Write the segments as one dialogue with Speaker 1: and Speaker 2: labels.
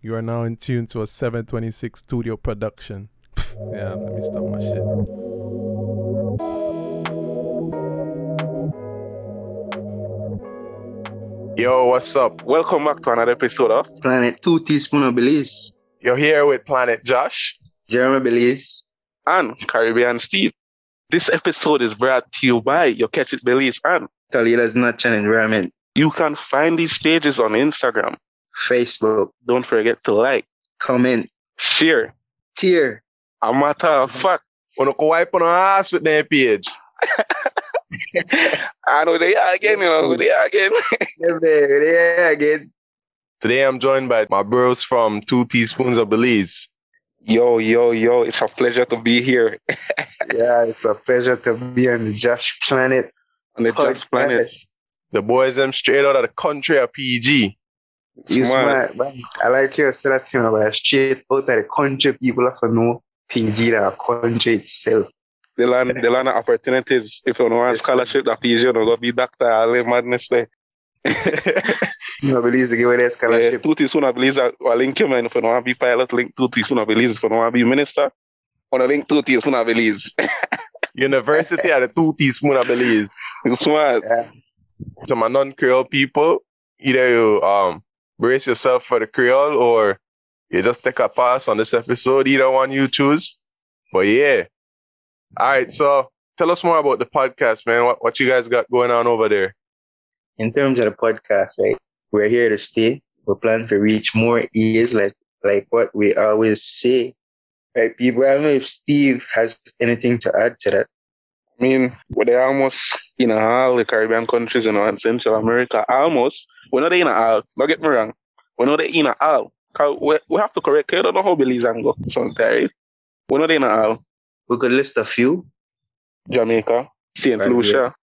Speaker 1: You are now in tune to a 726 studio production. yeah, let me stop my shit. Yo, what's up? Welcome back to another episode of
Speaker 2: Planet two teaspoon of Belize.
Speaker 1: You're here with Planet Josh
Speaker 2: Jeremy Belize.
Speaker 3: and Caribbean Steve. This episode is brought to you by Your Catch It Belize and
Speaker 2: Toledo's Natural Environment.
Speaker 3: you can find these pages on Instagram.
Speaker 2: Facebook.
Speaker 3: Don't forget to like,
Speaker 2: Comment.
Speaker 3: share.
Speaker 2: Tear.
Speaker 3: A matter of fact,
Speaker 1: Wanna go wipe on our ass with their page.
Speaker 3: I know they are again, you know, they are again.
Speaker 2: yeah, again.
Speaker 1: Today I'm joined by my bros from Two Teaspoons of Belize.
Speaker 3: Yo, yo, yo, it's a pleasure to be here
Speaker 2: Yeah, it's a pleasure to be on the Josh Planet.
Speaker 3: on the Just Planet.
Speaker 1: The boys them straight out of the country of PG.
Speaker 2: You
Speaker 3: Smart.
Speaker 2: smart. man. I like you said that thing about straight out of the country. People have to know PG that country itself.
Speaker 3: They learn, they learn the opportunities. If you don't want
Speaker 2: Yes, sir.
Speaker 3: scholarship, that PG, you know, go be doctor, I live madness there.
Speaker 2: You know, Belize they give away their
Speaker 3: Yeah,
Speaker 2: scholarship.
Speaker 3: Eh, two teaspoon of Belize are are link you, man. If you don't want to be pilot, link two teaspoon of Belize. If you don't want to be minister, on a link two teaspoon of Belize.
Speaker 1: University of the Two Teaspoon of Belize.
Speaker 3: You smart.
Speaker 2: Yeah.
Speaker 1: to my non-Creole people, either you um brace yourself for the Creole or you just take a pass on this episode, either one you choose. But yeah. All right, so tell us more about the podcast, man. What what you guys got going on over there?
Speaker 2: In terms of the podcast, right? We're here to stay. We plan to reach more ears like like what we always say. Right, people, I don't know if Steve has anything to add to that.
Speaker 3: I mean, well, they're almost in all the Caribbean countries, you know, and Central America. Almost. We're not in all. Don't get me wrong. We're not in all. 'Cause We, we have to correct. I don't know how Belize and go sometimes. We're not in all.
Speaker 2: We could list a few.
Speaker 3: Jamaica, St.
Speaker 2: Right,
Speaker 3: Lucia,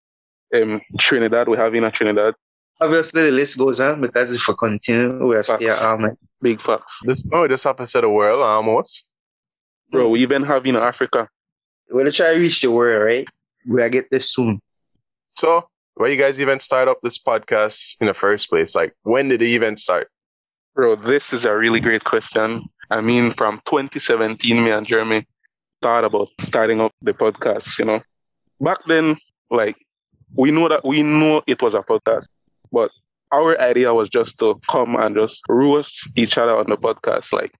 Speaker 3: um, Trinidad. We have in a Trinidad.
Speaker 2: Obviously, the list goes on because if we continue, we'll stay
Speaker 3: Facts.
Speaker 2: all night.
Speaker 3: Big facts.
Speaker 1: This oh, this happens to the world almost.
Speaker 3: Bro, we even have in Africa.
Speaker 2: We'll try to reach the world, right? We'll get this soon.
Speaker 1: So why you guys even start up this podcast in the first place? Like when did it even start?
Speaker 3: Bro, this is a really great question. I mean, from 2017, me and Jeremy thought about starting up the podcast, you know. Back then, like, we knew that we knew it was a podcast, but our idea was just to come and just roast each other on the podcast. Like,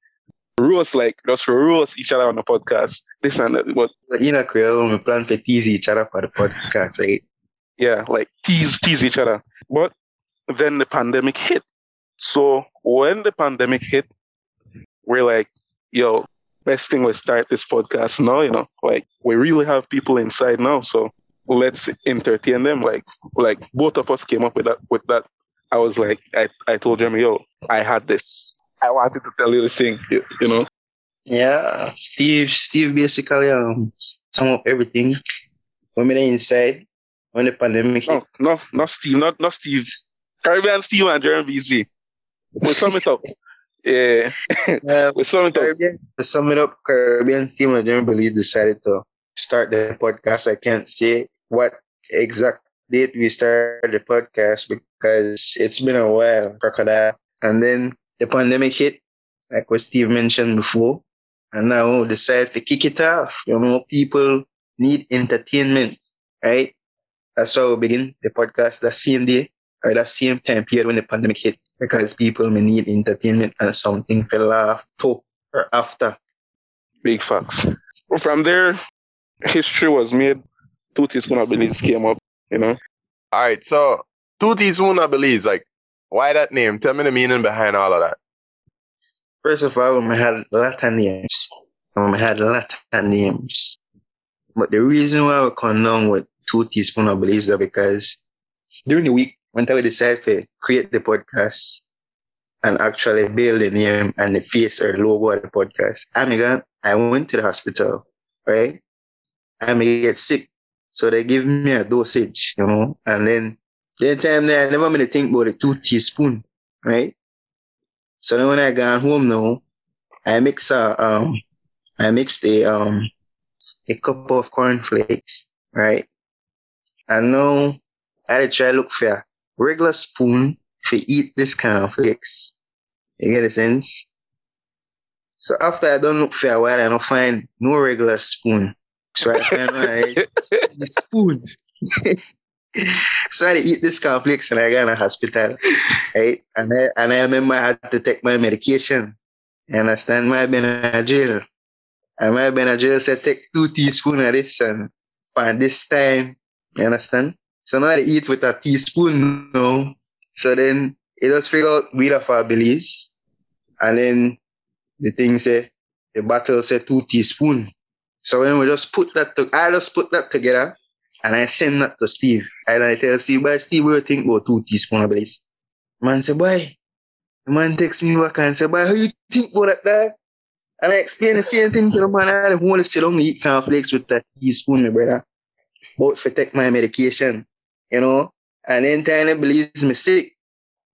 Speaker 3: roast, like, just roast each other on the podcast. This and that. But
Speaker 2: But you know, Creole, we plan to tease each other for the podcast, right?
Speaker 3: yeah, like tease tease each other. But then the pandemic hit. So when the pandemic hit, we're like, yo, best thing we start this podcast now, you know. Like we really have people inside now, so let's entertain them. Like like both of us came up with that with that. I was like, I, I told Jeremy, yo, I had this. I wanted to tell you this thing, you, you know.
Speaker 2: Yeah, Steve, Steve basically um sum up everything. Women inside when the pandemic hit.
Speaker 3: No, no, not Steve, not not Steve. Caribbean Steve and Jeremy BZ. We sum it up. Yeah,
Speaker 2: Uh,
Speaker 3: we sum it up.
Speaker 2: Caribbean, to sum it up, Caribbean team of German Belize decided to start the podcast. I can't say what exact date we started the podcast because it's been a while, crocodile. And then the pandemic hit, like what Steve mentioned before. And now we decided to kick it off. You know, people need entertainment, right? That's how we begin the podcast that same day or that same time period when the pandemic hit because people may need entertainment and something to laugh to or after.
Speaker 3: Big facts. From there, history was made. Two teaspoon of Belize came up, you know.
Speaker 1: All right, so Two Teaspoon of Belize, like why that name? Tell me the meaning behind all of that.
Speaker 2: First of all, I had a lot of names. I had a lot of names. But the reason why we come down with two teaspoon of Belize is because during the week, when we decided to create the podcast and actually build the name and the face or logo of the podcast, I got, I went to the hospital, right? I may get sick. So they give me a dosage, you know, and then the time there, I never made to think about the two teaspoon, right? So then when I got home now, I mix a um I mixed a um a cup of cornflakes, right? And now I had to try look for a regular spoon to eat this cornflakes. You get the sense? So after I don't look for a while, I don't find no regular spoon. So I find my the spoon. so I had to eat this complex and I got in a hospital. Right? And I and I remember I had to take my medication. You understand? My Benadryl. And my Benadryl said take two teaspoons of this and by this time. You understand? So now I eat with a teaspoon now. So then it just figure out we of our beliefs. And then the thing say the bottle say two teaspoon. So when we just put that to, I just put that together and I send that to Steve. And I tell Steve, boy, Steve, we think about two teaspoon of this. Man say, boy, the man takes me back and say, boy, how you think about that dog? And I explain the same thing to the man. I don't want to sit down and eat cornflakes with that teaspoon, my brother. Both for take my medication, you know. And then time they believes me sick.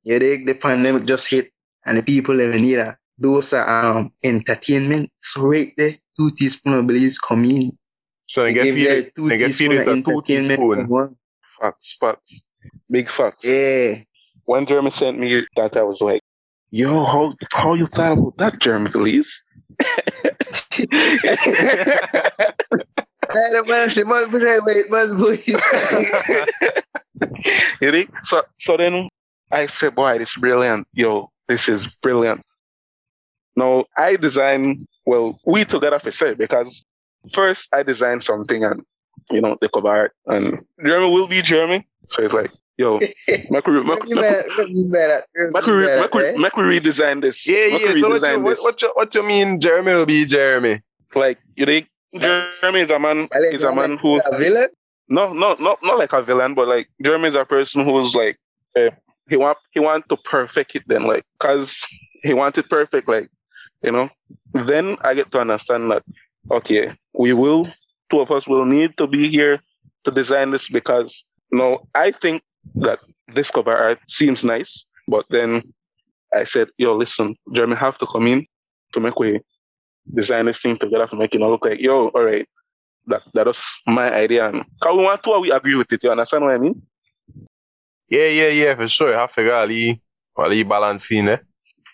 Speaker 2: You dig? The pandemic just hit and the people living here those are um entertainment. So right there, two teaspoon of beliefs come in.
Speaker 1: So they get
Speaker 2: Give there
Speaker 1: feed it.
Speaker 2: two
Speaker 1: They get feed
Speaker 2: teaspoon
Speaker 1: it
Speaker 2: of
Speaker 1: a two
Speaker 2: entertainment
Speaker 1: teaspoon.
Speaker 2: come on.
Speaker 3: Facts, facts. Big facts.
Speaker 2: Yeah.
Speaker 3: When Jeremy sent me that, I was like, yo, how, how you thought about that, Jeremy, please?
Speaker 2: Hey, the man, the man, put that way, man's voice.
Speaker 3: you think? So, so then I said, boy, this is brilliant. Yo, this is brilliant. Now, I design, well, we together for say, because first I designed something and, you know, the cover art and Jeremy will be Jeremy. So it's like, yo, make we, make,
Speaker 2: Make me better, make me better,
Speaker 3: make
Speaker 2: make
Speaker 3: we,
Speaker 2: me
Speaker 3: re- make
Speaker 2: better,
Speaker 3: we,
Speaker 2: eh?
Speaker 3: make we redesign this.
Speaker 1: Yeah,
Speaker 3: Make
Speaker 1: yeah.
Speaker 3: we
Speaker 1: So what you,
Speaker 3: redesign
Speaker 1: what,
Speaker 3: this.
Speaker 1: what, you, what you mean Jeremy will be Jeremy?
Speaker 3: like you think Jeremy is a man
Speaker 2: Well,
Speaker 3: is a
Speaker 2: like,
Speaker 3: man who
Speaker 2: eh? A villain?
Speaker 3: no no not not like a villain, but like Jeremy is a person who's like eh, he want he want to perfect it then like cause he want it perfect like you know. Then I get to understand that okay, we will two of us will need to be here to design this because you know, I think that this cover art seems nice, but then I said, yo, listen, Jeremy have to come in to make way design this thing together to make it not look like, yo, all right, that that was my idea. And can we want to we agree with it? You understand what I mean?
Speaker 1: Yeah, yeah, yeah. For sure. I figure Ali, Ali balancing. Eh?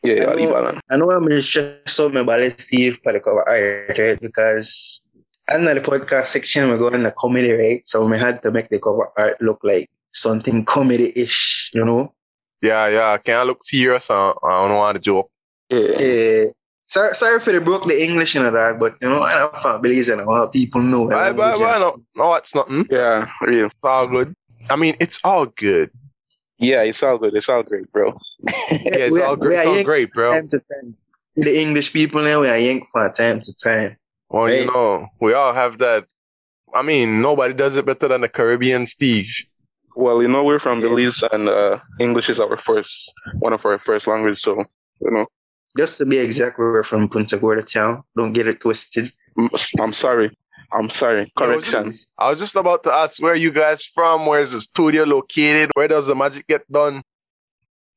Speaker 3: Yeah, Ali
Speaker 2: know.
Speaker 3: Balan.
Speaker 2: I know I'm just so my ballet Steve for the cover art, right? Because I know the podcast section we go in the comedy, right? So we had to make the cover art look like something comedy-ish, you know?
Speaker 1: Yeah, yeah. Can I look serious? I, I don't want to joke.
Speaker 3: Yeah.
Speaker 2: Yeah. Eh, Sorry, sorry for the broke the English and all that, but you know, I don't find beliefs and a lot of people know. the
Speaker 1: Bye, bye,
Speaker 2: language
Speaker 1: bye.
Speaker 2: and-
Speaker 1: No, no, it's nothing.
Speaker 3: Yeah, real.
Speaker 1: It's all good. I mean, it's all good.
Speaker 3: Yeah, it's all good. It's all great, bro.
Speaker 1: Yeah, it's
Speaker 2: we,
Speaker 1: all
Speaker 2: we
Speaker 1: great.
Speaker 2: are
Speaker 1: It's all
Speaker 2: yank
Speaker 1: great, bro.
Speaker 2: time to time. The English people now we are yank from time to time.
Speaker 1: Well,
Speaker 2: Hey.
Speaker 1: you know, we all have that. I mean, nobody does it better than the Caribbean Steve.
Speaker 3: Well, you know, we're from
Speaker 2: Yeah.
Speaker 3: Belize and uh, English is our first one of our first language, so you know.
Speaker 2: Just to be exact, we were from Punta Gorda town. Don't get it twisted.
Speaker 3: I'm- I'm sorry. I'm sorry.
Speaker 1: Yeah, it was
Speaker 3: Correction.
Speaker 1: just- I was just about to ask where are you guys from? Where is the studio located? Where does the magic get done?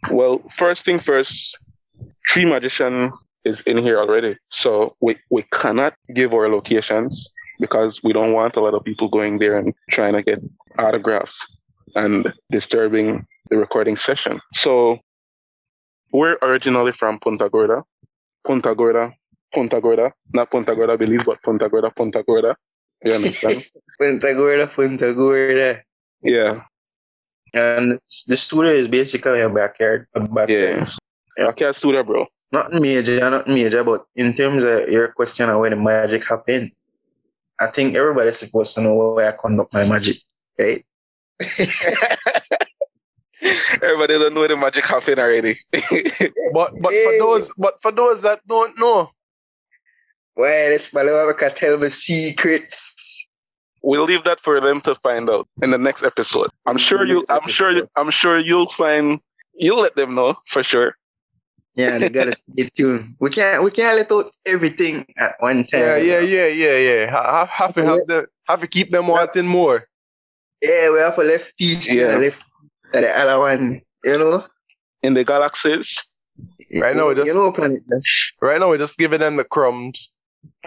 Speaker 3: Well, first thing first, Tree Magician is in here already. So we, we cannot give our locations because we don't want a lot of people going there and trying to get autographs and disturbing the recording session. So we're originally from Punta Gorda. Punta Gorda, Punta Gorda, not Punta Gorda Belize, but Punta Gorda, Punta Gorda. You understand?
Speaker 2: Punta Gorda, Punta Gorda.
Speaker 3: yeah.
Speaker 2: And the studio is basically a backyard. A backyard. Yeah.
Speaker 3: Okay, Suda, bro.
Speaker 2: Nothing major, not major, but in terms of your question of where the magic happened, I think everybody's supposed to know where I conduct my magic. Right?
Speaker 3: Everybody don't know the magic happened already.
Speaker 1: But but for
Speaker 2: Hey.
Speaker 1: those but for those that don't know,
Speaker 2: Why this fellow can tell me secrets?
Speaker 3: we'll leave that for them to find out in the next episode. I'm sure you.
Speaker 2: Next
Speaker 3: I'm sure. You,
Speaker 2: episode.
Speaker 3: I'm sure you'll find. You'll let them know for sure.
Speaker 2: Yeah, they gotta stay tuned. We can't we can't let out everything at one time.
Speaker 1: yeah, yeah, yeah, yeah, yeah. Ha- ha- Have to have them, have to keep them wanting more.
Speaker 2: Yeah, we have a left piece yeah.
Speaker 3: Yeah.
Speaker 2: and a left to the other one. You know?
Speaker 3: In the galaxies.
Speaker 1: Right now,
Speaker 2: You-
Speaker 1: just-
Speaker 2: you know planet Dash.
Speaker 1: Right now, we're just giving them the crumbs.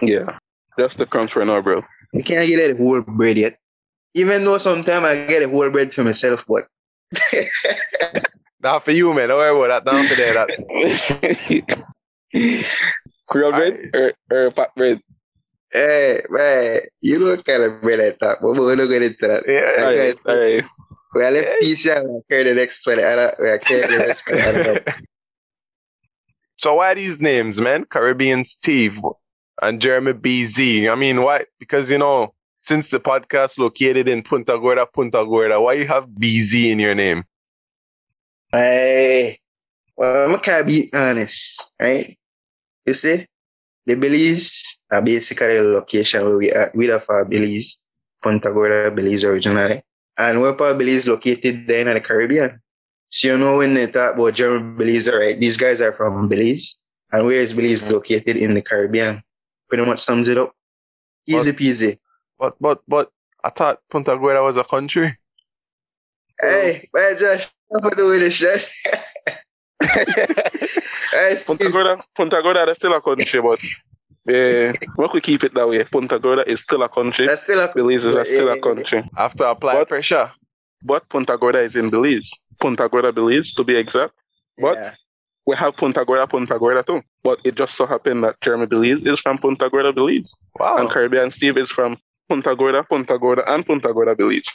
Speaker 3: Yeah. That's the crumbs for now, bro.
Speaker 2: You can't get the whole bread yet. Even though sometimes I get the whole bread for myself, but
Speaker 1: Not for you, man. Don't worry about that. Down for there. That.
Speaker 3: Creole bread or, or fat bread?
Speaker 2: Hey, man, you look kind of bread I thought, but we're not going into that.
Speaker 1: Yeah.
Speaker 3: All right,
Speaker 2: guys-
Speaker 3: all right.
Speaker 2: Well, I left PC and I carry the next 20. I don't, I carry the next 20. I don't know.
Speaker 1: so why these names, man? Caribbean Steve and Jeremy BZ. I mean, why? Because you know, since the podcast located in Punta Gorda, Punta Gorda, why you have BZ in your name?
Speaker 2: Hey, well, I'm gonna be honest, right? You see, the Belize are basically a location where we are. We are for Belize, Punta Gorda, Belize originally, and we're part of Belize located there in the Caribbean. So you know when they talk about German Belize, all right, these guys are from Belize, and where is Belize located in the Caribbean? Pretty much sums it up. Easy peasy.
Speaker 1: But but but I thought Punta Gorda was a country.
Speaker 2: Hey, man, Josh, I'm for doing this shit. Hey,
Speaker 3: Punta Gorda, Punta Gorda, that's still a country, but yeah, we could keep it that way. Punta Gorda is still a country.
Speaker 2: that's still a
Speaker 3: Belize is a- still a
Speaker 2: Yeah.
Speaker 3: country.
Speaker 1: After applying
Speaker 3: What?
Speaker 1: pressure.
Speaker 3: But Punta Gorda is in Belize. Punta Gorda, Belize, to be exact. But
Speaker 2: Yeah.
Speaker 3: we have Punta Gorda, Punta Gorda too. But it just so happened that Jeremy Belize is from Punta Gorda, Belize. And
Speaker 1: Wow.
Speaker 3: Caribbean Steve is from Punta Gorda, Punta Gorda, and Punta Gorda, Belize.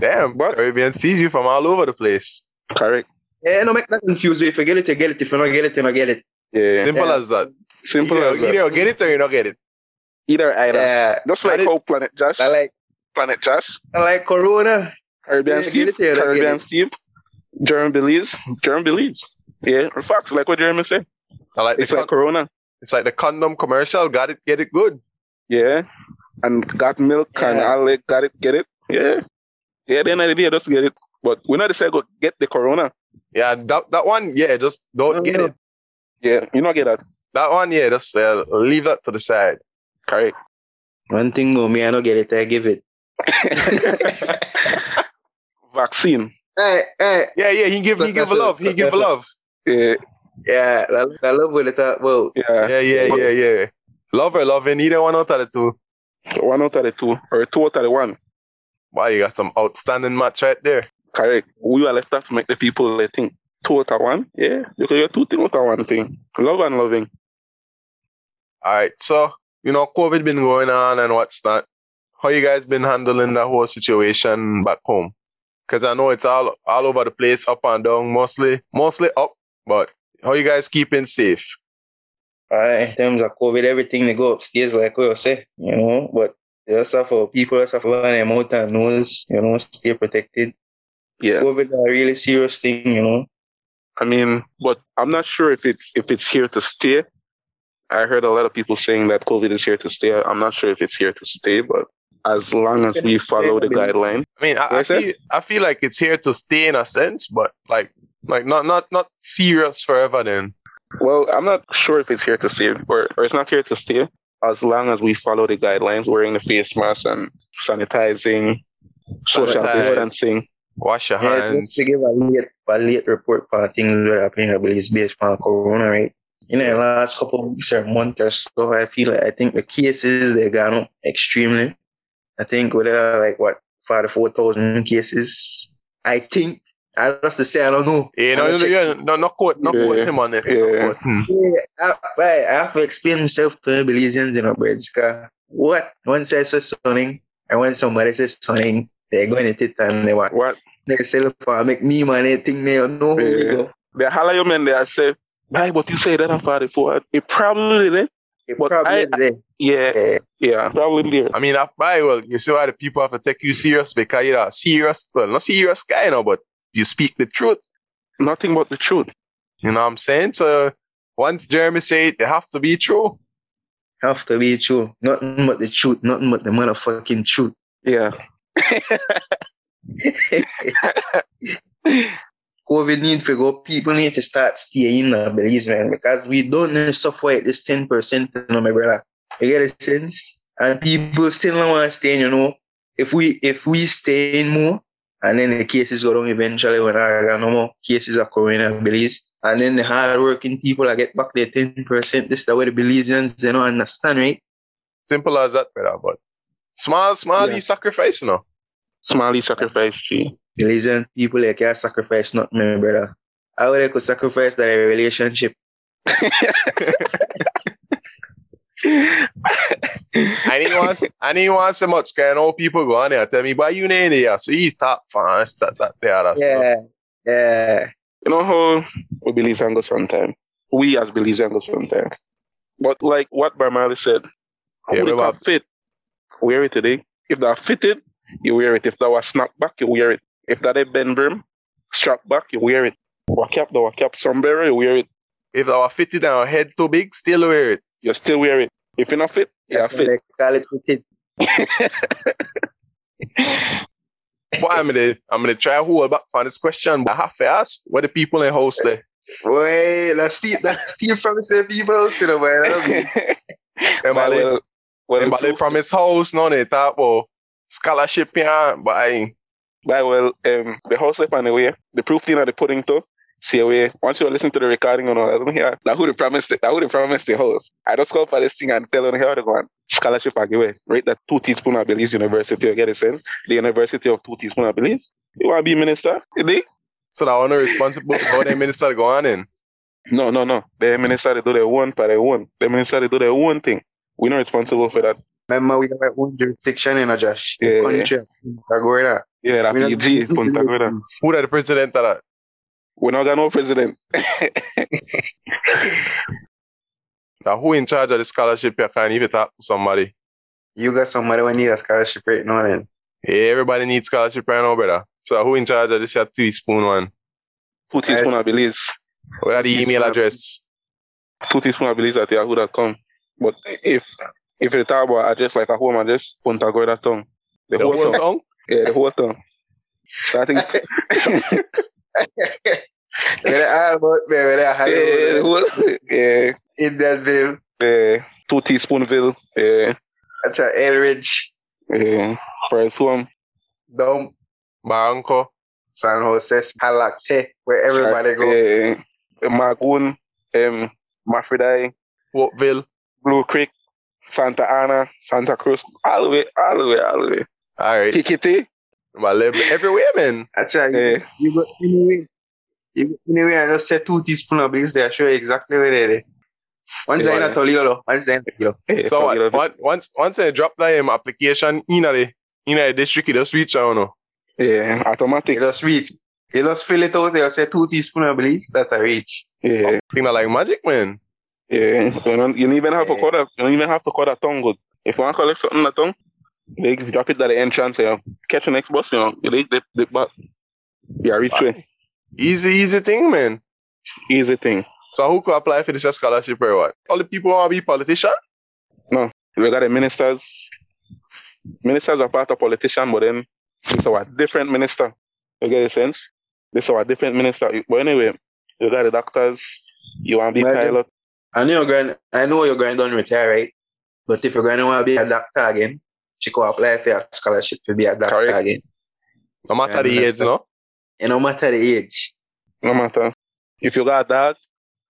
Speaker 1: Damn.
Speaker 3: What?
Speaker 1: Caribbean Steve, you from all over the place.
Speaker 3: Correct.
Speaker 2: Yeah, no, make that confuse you. If you get it, you get it. If you don't get it, you don't get it.
Speaker 3: Yeah.
Speaker 1: Simple
Speaker 2: Yeah.
Speaker 1: as that.
Speaker 3: Simple
Speaker 1: either,
Speaker 3: as that.
Speaker 1: either you get it or you don't get it.
Speaker 3: Either either.
Speaker 2: Yeah.
Speaker 3: Just like
Speaker 1: Planet-
Speaker 3: how Planet Josh,
Speaker 2: I like
Speaker 3: Planet Josh,
Speaker 2: I like Corona.
Speaker 3: Caribbean
Speaker 2: Yeah, get
Speaker 3: Steve,
Speaker 2: it there, like, get
Speaker 3: Caribbean
Speaker 2: it.
Speaker 3: Steve, Jeremy Belize, Jeremy Belize. Yeah, in fact, like what Jeremy said,
Speaker 1: I like the
Speaker 3: it's like
Speaker 1: con-
Speaker 3: Corona.
Speaker 1: it's like the condom commercial. Got it, get it good.
Speaker 3: Yeah, and got milk and
Speaker 2: Yeah.
Speaker 3: all that. Got it, get it. Yeah, yeah. Then idea, just get it. But we not say go get the Corona.
Speaker 1: Yeah, that that one, yeah, just don't
Speaker 2: No,
Speaker 1: get
Speaker 2: no.
Speaker 1: it.
Speaker 3: Yeah, you not get that.
Speaker 1: That one, yeah, just uh, leave that to the side.
Speaker 3: Correct.
Speaker 2: One thing, no, me, I don't get it. I give it.
Speaker 3: Vaccine.
Speaker 2: hey, hey.
Speaker 1: Yeah, yeah, he give he
Speaker 2: That's
Speaker 1: give a
Speaker 2: it,
Speaker 1: love. He
Speaker 2: that's
Speaker 1: give a
Speaker 2: it.
Speaker 1: love.
Speaker 3: Yeah,
Speaker 2: Yeah, I, I love uh, what they talk about.
Speaker 3: Eh, yeah.
Speaker 1: Yeah, yeah,
Speaker 3: But-
Speaker 1: yeah, yeah. Love or loving, either one out of the two.
Speaker 3: One out of the two, or two out of the one.
Speaker 1: Wow, you got some outstanding match right there.
Speaker 3: Correct. We are left out to make the people they think two out of one. Yeah, because you're two things out of one thing. Love and loving.
Speaker 1: All right, so you know, COVID been going on and what's not. How you guys been handling that whole situation back home? Because I know it's all all over the place, up and down, mostly mostly up. But how you guys keeping safe?
Speaker 2: All right, uh, in terms of COVID, everything they go upstairs, like we all say, you know, but just for people, just for their mouth and nose, you know, stay protected.
Speaker 3: Yeah.
Speaker 2: COVID is a really serious thing, you know.
Speaker 3: I mean, but I'm not sure if it's if it's here to stay. I heard a lot of people saying that COVID is here to stay. I'm not sure if it's here to stay, but as long as we follow the guideline,
Speaker 1: I mean, I, I
Speaker 3: Yes, sir.
Speaker 1: feel I feel like it's here to stay in a sense, but like like not not not serious forever. Then
Speaker 3: well, I'm not sure if it's here to stay or, or it's not here to stay. As long as we follow the guidelines, wearing the face mask and sanitizing, social
Speaker 1: Sanitize.
Speaker 3: distancing.
Speaker 1: wash your
Speaker 2: Yeah, just
Speaker 1: hands.
Speaker 2: to give a late, a late report for things that happening, I believe, is based on corona, right? In the last couple of weeks or month or so, I feel like I think the cases they gone up extremely. I think we are like what five to four thousand cases. I think I just to say I don't know.
Speaker 1: Yeah, Eh, no,
Speaker 2: I'm
Speaker 1: no,
Speaker 2: not check-
Speaker 1: yeah, no, no, quote, no
Speaker 3: Yeah.
Speaker 1: quote him on it. No
Speaker 3: Yeah.
Speaker 1: quote him.
Speaker 2: Yeah, I, I- I have to explain myself to the Belizeans in a Bretzka. What one says so stunning, and when somebody says stunning, they're going to take time they want.
Speaker 3: What
Speaker 2: They sell for make me money, think they don't know who we
Speaker 3: Yeah.
Speaker 2: go.
Speaker 3: they holler you man, they say, "Hey, but you say that I'm 44." It probably did.
Speaker 2: It
Speaker 3: But
Speaker 2: probably
Speaker 3: I-
Speaker 2: is there.
Speaker 3: Yeah,
Speaker 2: Yeah.
Speaker 3: yeah, probably did.
Speaker 1: I mean, after well, you see why the people have to take you serious because you're a serious, well, not serious guy, you know, but you speak the truth.
Speaker 3: Nothing but the truth.
Speaker 1: You know what I'm saying? So once Jeremy said, it have to be true.
Speaker 2: have to be true. Nothing but the truth. Nothing but the motherfucking truth.
Speaker 3: Yeah.
Speaker 2: COVID need to go. People need to start staying in the Belize, man, because we don't need to suffer at this 10%, you know, my brother. You get a sense? And people still don't want to stay in, you know. If we if we stay in more, and then the cases go down eventually when I got no more cases of corona in Belize. And then the hardworking people that get back their 10%, this is the way the Belizeans, they don't understand, right?
Speaker 1: Simple as that, brother. But small, small,
Speaker 3: Yeah.
Speaker 1: you sacrifice, you know.
Speaker 3: Smiley sacrifice G.
Speaker 2: Belizean people like can't sacrifice nothing, my brother. I would have could sacrifice that relationship.
Speaker 1: he wants, and he wants so much kind of people go on there and tell me, but you know there, so he's top fans, that, that, the other stuff.
Speaker 2: Yeah, yeah.
Speaker 3: you know how we believe and go sometime. We as believers and go sometime. But like what Barmali said,
Speaker 1: Yeah,
Speaker 3: who
Speaker 1: we
Speaker 3: they call
Speaker 1: want-
Speaker 3: fit, wear it today. If that fitted, you wear it. If that was snap back, you wear it. If that a bend brim, strap back, you wear it. Or cap, the cap sombrero, you wear it.
Speaker 1: If our fitted and our head too big, still wear it.
Speaker 3: You still wear it. If you're not fit, you're
Speaker 2: That's what
Speaker 3: fit.
Speaker 2: they call it with it.
Speaker 1: But I'm gonna, I'm gonna try hold back from this question. But I have to ask, what the people in house there?
Speaker 2: Wait, that's Steve. That's Steve from the same people. To the way, that'll be-
Speaker 1: Them all they-
Speaker 3: well, well,
Speaker 1: them all they
Speaker 3: improved.
Speaker 1: from his house, no, they talk about scholarship, yeah, but I ain't.
Speaker 3: Right, well, um, the house left on the way, the proof thing of the pudding too. See away. Once you listen to the recording and all that, I'm here. Now who they promised it? Now who they promised the house? I just call for this thing and tell them how they go on. Scholarship I give away. Rate that two teaspoon of Belize University you get it in. The University of Two Teaspoon of Belize. You wanna be minister? You dig?
Speaker 1: So that owner responsible for how the minister go on in.
Speaker 3: No, no, no. The minister they do their own for their own. The minister they do their own thing. We're not responsible for that.
Speaker 2: Remember, we have our own jurisdiction in Josh. The
Speaker 3: Yeah, yeah.
Speaker 2: country. I go with that.
Speaker 3: Yeah, that
Speaker 2: We don't
Speaker 3: PG,
Speaker 2: do
Speaker 3: Punta Gorda.
Speaker 2: things.
Speaker 1: Who that the president of that?
Speaker 3: We're not got no president.
Speaker 1: Now who in charge of the scholarship? You can't even talk to somebody.
Speaker 2: You got somebody who need a scholarship right now, then.
Speaker 1: Hey, everybody needs scholarship right now, brother. So who in charge of this? Your two spoon one.
Speaker 3: Two teaspoon of Belize.
Speaker 1: What are the
Speaker 2: Yes,
Speaker 1: email
Speaker 2: ma'am.
Speaker 1: address?
Speaker 3: two teaspoon I believe at yahoo.com. But if if you talk about address like a home address, Punta Gorda tongue. The,
Speaker 1: The
Speaker 3: whole
Speaker 1: whole
Speaker 3: tongue.
Speaker 1: tongue?
Speaker 3: Yeah, the whole tongue. So I think
Speaker 2: Whether I vote, man, whether I have
Speaker 3: yeah,
Speaker 2: it,
Speaker 3: the
Speaker 2: whether
Speaker 3: whole- yeah,
Speaker 2: in that bill,
Speaker 3: yeah, two teaspoonville, yeah,
Speaker 2: that's a Elridge,
Speaker 3: yeah, first one,
Speaker 2: Dom,
Speaker 1: Banco.
Speaker 2: San Jose, Halakte, where everybody go.
Speaker 3: yeah, Magoon, um, Mafridai,
Speaker 1: Wotville.
Speaker 3: Blue Creek, Santa Ana, Santa Cruz, all the way, all the way, all the way.
Speaker 1: All right.
Speaker 3: Pikiti,
Speaker 1: I live everywhere, man.
Speaker 2: That's a, you,
Speaker 3: yeah,
Speaker 2: you go anyway. You go anyway, I just said two teaspoon of this, they show you exactly where they are. One's
Speaker 3: Yeah.
Speaker 2: in a Toledo, one's in Toledo.
Speaker 3: yeah.
Speaker 1: So
Speaker 3: you know,
Speaker 1: what, what, once once I drop that um, application in the in the district, you just reach out. No?
Speaker 3: yeah,
Speaker 2: You
Speaker 3: automatic,
Speaker 2: just reach. You just fill it out, you say two teaspoon of this, that I reach.
Speaker 3: yeah.
Speaker 1: Think that like magic, man.
Speaker 3: Yeah, you don't, you don't even have to
Speaker 2: Yeah.
Speaker 3: cut a, you don't even have to cut a tongue good. If you want to collect something in the tongue, they just drop it at the entrance, you know. catch the next bus, you know, you leave the, the bus. Yeah, reach way.
Speaker 1: Easy, easy thing, man.
Speaker 3: Easy thing.
Speaker 1: So who could apply for this scholarship or what? All the people want to be politician?
Speaker 3: We got the ministers. Ministers are part of politician, but then this our different minister. You get the sense? This our different minister. But anyway, you got the doctors, you want to be
Speaker 2: Imagine.
Speaker 3: pilot.
Speaker 2: I know your grand I know your grand don't retire, right? But if your grand wanna be a doctor again, she could apply for a scholarship to be a doctor
Speaker 3: Correct.
Speaker 2: again.
Speaker 1: No matter
Speaker 2: Yeah,
Speaker 1: the age,
Speaker 2: understand.
Speaker 1: no?
Speaker 2: It no matter the age.
Speaker 3: No matter. If you got a dog,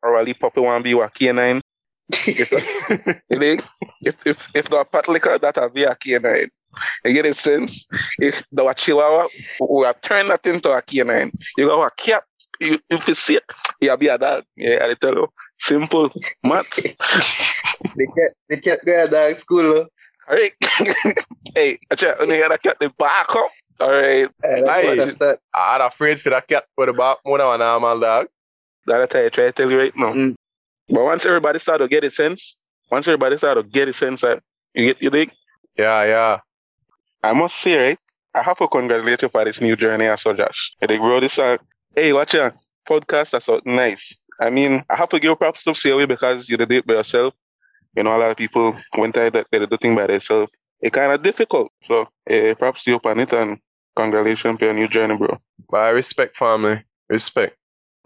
Speaker 3: or a little puppy E want to be a canine, You dig? if if if the Patlica that are via canine, you get a sense. If the Chihuahua we have turned that into a canine, you got a cat. You if you see it, you'll be a dog. Yeah, I tell you, simple maths.
Speaker 2: they can't they can't go to dog school. Though.
Speaker 3: All right. hey, I check when you got a cat, they back up. All right,
Speaker 2: Uh, that's
Speaker 1: Aye.
Speaker 2: what I start.
Speaker 1: I'd afraid for that cat for the back more than an normal dog.
Speaker 3: that I try to tell you right now.
Speaker 2: Mm.
Speaker 3: But once everybody start to get a sense, once everybody start to get a sense, uh, you get you dig.
Speaker 1: Yeah, yeah.
Speaker 3: I must say, right, I have to congratulate you for this new journey as well, Josh. They grow this out. Hey, watch your podcast are so nice. I mean, I have to give props to CLA because you did it by yourself. You know, a lot of people went out that they did the thing by themselves. It kind of difficult. So, eh, props to you on it and congratulations for your new journey, bro.
Speaker 1: But I respect family. Respect.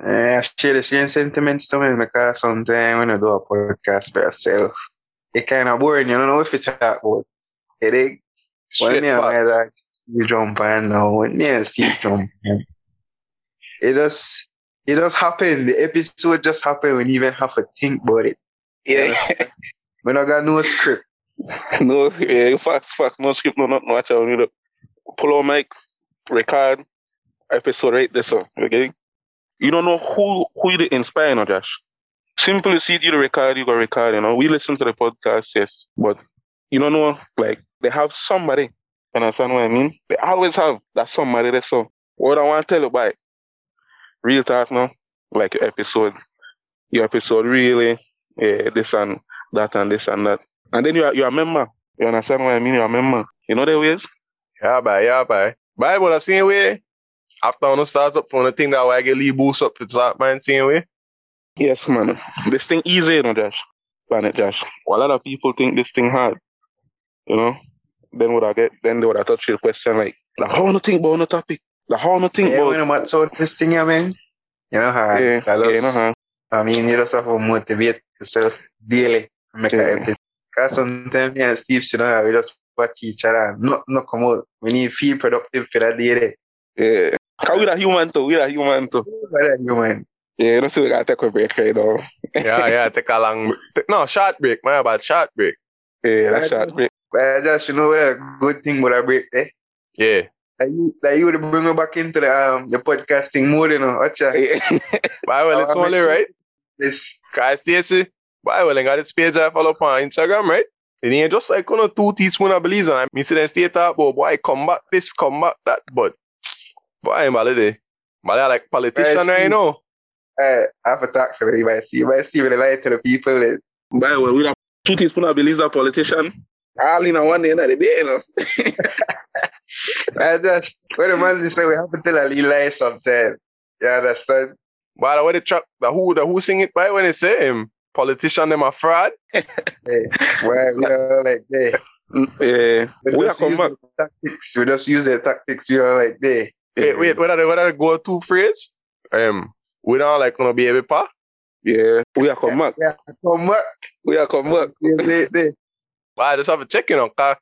Speaker 2: Uh, I share the same sentiments to me because sometimes when I do a podcast by yourself, it kind of boring. You don't know if it's talk about. It ain't. When
Speaker 1: Straight
Speaker 2: me and my
Speaker 1: facts.
Speaker 2: dog Steve jump on now, when me and Steve jump on, it just it just happened. The episode just happened. We didn't even have to think about it. We not got no script.
Speaker 3: no, eh, yeah, facts, facts. No script, no, nothing. Watch out. You know, pull on mic, record, episode right there, so okay? You don't know who who you dey inspire, you know, Josh. Simply see you dey record, you go record, you know. We listen to the podcast, yes, but you don't know, like they have somebody. You understand what I mean? They always have that somebody there. So what I want to tell you about it, real talk now, like your episode, your episode really, yeah, this and that and this and that. And then you are you are a member. You understand what I mean? You're a member. You know the ways?
Speaker 1: Yeah, bye, yeah, bye. But what I seen way, after on the startup from the thing that I get lead boost up to top man same way.
Speaker 3: Yes, man. This thing easy, you know, Josh. Planet Josh. A lot of people think this thing hard. You know? Then would I get then they would I touch your question like, like how wanna think about no topic? Like how wanna think
Speaker 2: Yeah,
Speaker 3: about
Speaker 2: when I'm at so this thing, I mean, you know how
Speaker 3: yeah,
Speaker 2: I
Speaker 3: yeah,
Speaker 2: just,
Speaker 3: you know how
Speaker 2: I mean, you just have to motivate yourself daily. and Make
Speaker 3: Yeah.
Speaker 2: an effort. Because sometimes me and Steve, you know, how we just watch each other and not, not come out. We need to feel productive for that day.
Speaker 3: yeah. Cause we're a human too, we're a human too.
Speaker 2: What you man?
Speaker 3: Yeah, you know, so we gotta take a break eh, right now.
Speaker 1: Yeah, yeah, take a long break. Take- No, short break. My bad, short break.
Speaker 3: Yeah,
Speaker 2: I
Speaker 3: that's short break.
Speaker 2: But I just, you know, what a good eh. thing would I break there.
Speaker 1: Yeah.
Speaker 2: That you, that you would bring me back into the um the podcasting mode, you know. Ocha,
Speaker 3: Yeah.
Speaker 1: Why well,
Speaker 2: Oh,
Speaker 1: it's
Speaker 2: I mean-
Speaker 1: only right.
Speaker 2: this
Speaker 1: Guys, Stacy. Why well, I got this page I follow up on Instagram, right? It ain't just like you know, two teaspoon of belize and I me see them stay talk about boy come back this, come back that, but boy, I'm a lady. But I like politician eh,
Speaker 2: Guys,
Speaker 1: right
Speaker 2: you-
Speaker 1: now.
Speaker 2: uh, I have a talk for you, but see, but see, with the lie to the people, eh,
Speaker 3: By the way, we have two teaspoon of Belize a politician. All in a one day, another day, you know.
Speaker 2: I just, when the man say we have to tell a little lie sometime. You understand?
Speaker 1: But what the trap the who the who sing it by when they say him politician them a fraud.
Speaker 2: Why we don't like eh. that.
Speaker 3: Mm, Yeah,
Speaker 2: We
Speaker 3: we are
Speaker 2: just
Speaker 3: come
Speaker 2: use
Speaker 3: back.
Speaker 2: the tactics. We just use the tactics. We don't like that.
Speaker 1: Wait,
Speaker 3: Mm-hmm.
Speaker 1: wait, what are the what are the go to phrase? Um we don't like gonna be a bit pa.
Speaker 3: Yeah, we are come back.
Speaker 2: Come back.
Speaker 3: We are come back.
Speaker 2: We like that.
Speaker 1: But I just have a check in on car.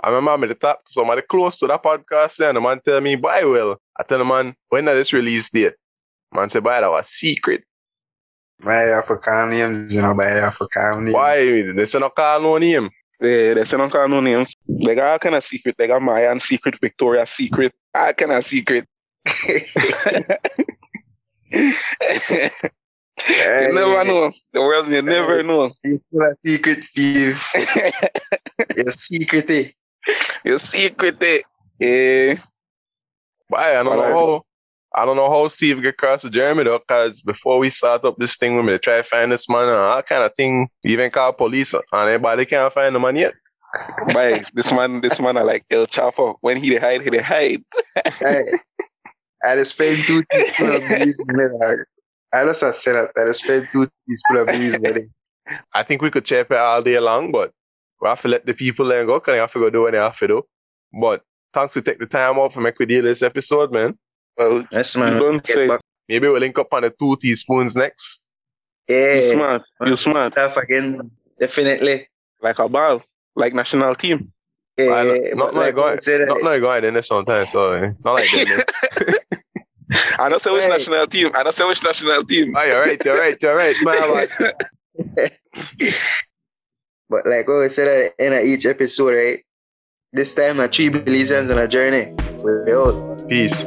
Speaker 1: I remember me to talk to somebody close to that podcast and the man tell me, "Boy, well, I tell the man, when that is release date? Man say, "Boy, that was secret.
Speaker 2: My Africanians, you know, my Africanians.
Speaker 1: Why? They say no call no name.
Speaker 3: Yeah, they say don't call no names. They got all kind of secret. They got Mayan secret, Victoria secret, all kind of secret. you never know. The world, you never know.
Speaker 2: You full of secret, Steve. You're secretive.
Speaker 3: Your secret, eh? Yeah.
Speaker 1: Boy, I don't
Speaker 3: Alright.
Speaker 1: know how. I don't know how Steve get across to Jeremy though, cause before we start up this thing with me, they try to find this man and all kind of thing. Even call police and anybody can't find the man yet.
Speaker 3: Bye. This man, this man, I like El Chapo. When he dey hide, he dey hide.
Speaker 2: Hey, I just spent two teaspoons of bees I just have said that. I just spent two teaspoons of bees money.
Speaker 1: I think we could chirp it all day long, but we have to let the people then go because they have to go do what they have to do. But thanks to take the time out for make we deal this episode, man.
Speaker 3: Well,
Speaker 2: Yes,
Speaker 3: you don't say.
Speaker 1: Maybe we'll link up on the two teaspoons next.
Speaker 3: You
Speaker 2: Yeah.
Speaker 3: smart. You smart.
Speaker 2: Tough again. Definitely.
Speaker 3: Like a ball. Like national team.
Speaker 2: Yeah,
Speaker 1: I don't- not
Speaker 2: but
Speaker 1: like going,
Speaker 2: said,
Speaker 1: not like going in there sometimes. So eh, not like that. man.
Speaker 3: I don't say which
Speaker 2: Hey.
Speaker 3: national team. I don't say which national team.
Speaker 1: oh, you're right, you're right, you're right. Man, I'm like,
Speaker 2: but like what we said at the end of each episode, right? This time, a three Belizeans on a journey. We're out.
Speaker 1: peace.